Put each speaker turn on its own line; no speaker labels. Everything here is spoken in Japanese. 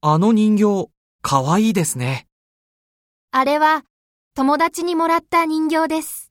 あの人形、かわいいですね。
あれは友達にもらった人形です。